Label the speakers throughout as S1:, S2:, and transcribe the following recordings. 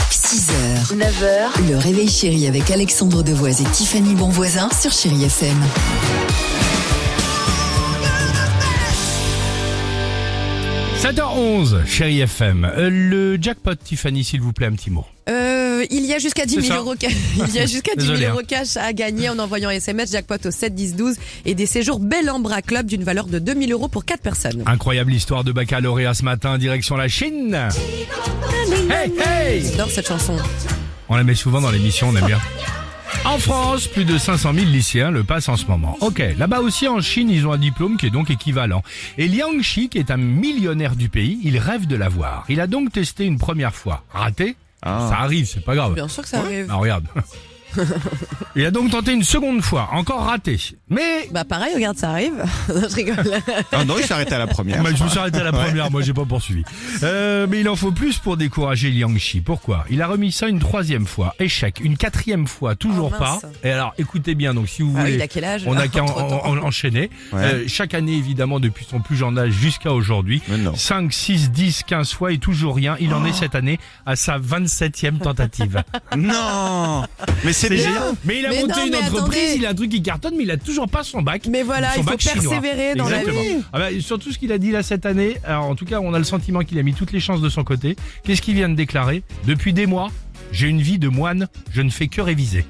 S1: 6h, 9h, le réveil chéri avec Alexandre Devoise et Tiffany Bonvoisin sur Chéri FM.
S2: h 11 chérie FM. Euh, le jackpot, Tiffany, s'il vous plaît, un petit mot.
S3: Euh, il y a jusqu'à 10
S2: C'est
S3: 000
S2: ça.
S3: euros, ca- il y a jusqu'à 10 000
S2: Désolé, hein.
S3: euros cash à gagner en envoyant un SMS jackpot au 7 10 12 et des séjours Bellambra Club d'une valeur de 2 000 euros pour 4 personnes.
S2: Incroyable histoire de baccalauréat ce matin, direction la Chine. Hey, hey
S3: J'adore cette chanson.
S2: On la met souvent dans l'émission, on aime bien. En France, plus de 500 000 lycéens le passent en ce moment. Ok, là-bas aussi en Chine, ils ont un diplôme qui est donc équivalent. Et Liang Shi, qui est un millionnaire du pays, il rêve de l'avoir. Il a donc testé une première fois. Raté Ça arrive, c'est pas grave.
S3: Bien sûr que ça arrive.
S2: Ah, regarde. Il a donc tenté une seconde fois, encore raté. Mais
S3: Bah pareil, regarde, ça arrive. Non, je rigole.
S4: Ah non, il s'arrête à la première.
S2: Bah, je me suis arrêté à la première, moi j'ai pas poursuivi. Euh, mais il en faut plus pour décourager Liang Shi. Pourquoi Il a remis ça une troisième fois, échec. Une quatrième fois, toujours
S3: Oh,
S2: pas.
S3: mince.
S2: Et alors, écoutez bien, donc si vous
S3: Ah oui,
S2: voulez,
S3: il a quel âge
S2: on n'a qu'à en-
S3: Entre-temps.
S2: en- en- enchaîner.
S4: Ouais.
S2: Euh, chaque année, évidemment, depuis son plus jeune âge jusqu'à aujourd'hui,
S4: Mais non.
S2: 5, 6, 10, 15 fois et toujours rien. Il
S3: Oh.
S2: en est cette année à sa 27e tentative.
S4: Non Mais c'est bien.
S2: Mais il a
S3: Mais
S2: monté
S3: non,
S2: une
S3: mais
S2: entreprise,
S3: attendez.
S2: il a un truc qui cartonne, mais il a toujours pas son bac.
S3: Mais voilà,
S2: son
S3: il faut
S2: bac chinois.
S3: persévérer dans la
S2: Exactement.
S3: vie.
S2: Ah bah, surtout ce qu'il a dit là cette année, alors, en tout cas, on a le sentiment qu'il a mis toutes les chances de son côté. Qu'est-ce qu'il vient de déclarer Depuis des mois, j'ai une vie de moine, je ne fais que réviser.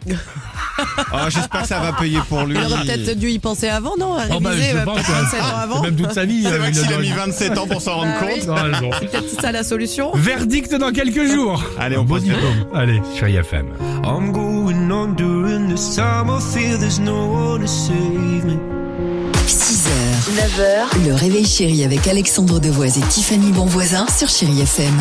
S4: Oh, J'espère que ça va payer pour lui.
S3: Il aurait peut-être dû y penser avant, non À
S2: Oh bah,
S3: réviser,
S2: je
S3: euh,
S2: pense,
S3: peut-être
S2: ouais.
S3: 27 ans avant.
S2: Même toute sa vie.
S4: C'est
S2: euh,
S4: vrai
S2: il a Ah
S4: qu'il a
S2: dans-
S4: mis 27 ans pour s'en rendre
S3: Bah oui.
S4: compte.
S2: Non, elles ont-
S3: Peut-être c'est ça la solution.
S2: Verdict dans quelques jours.
S4: Allez, on
S2: Bon
S4: pose les
S2: diplôme. Allez, sur IFM.
S5: I'm going on during the summer. Feel there's no one to save me.
S1: 6h, 9h, le réveil chéri avec Alexandre Devoise et Tiffany Bonvoisin sur Chéri FM.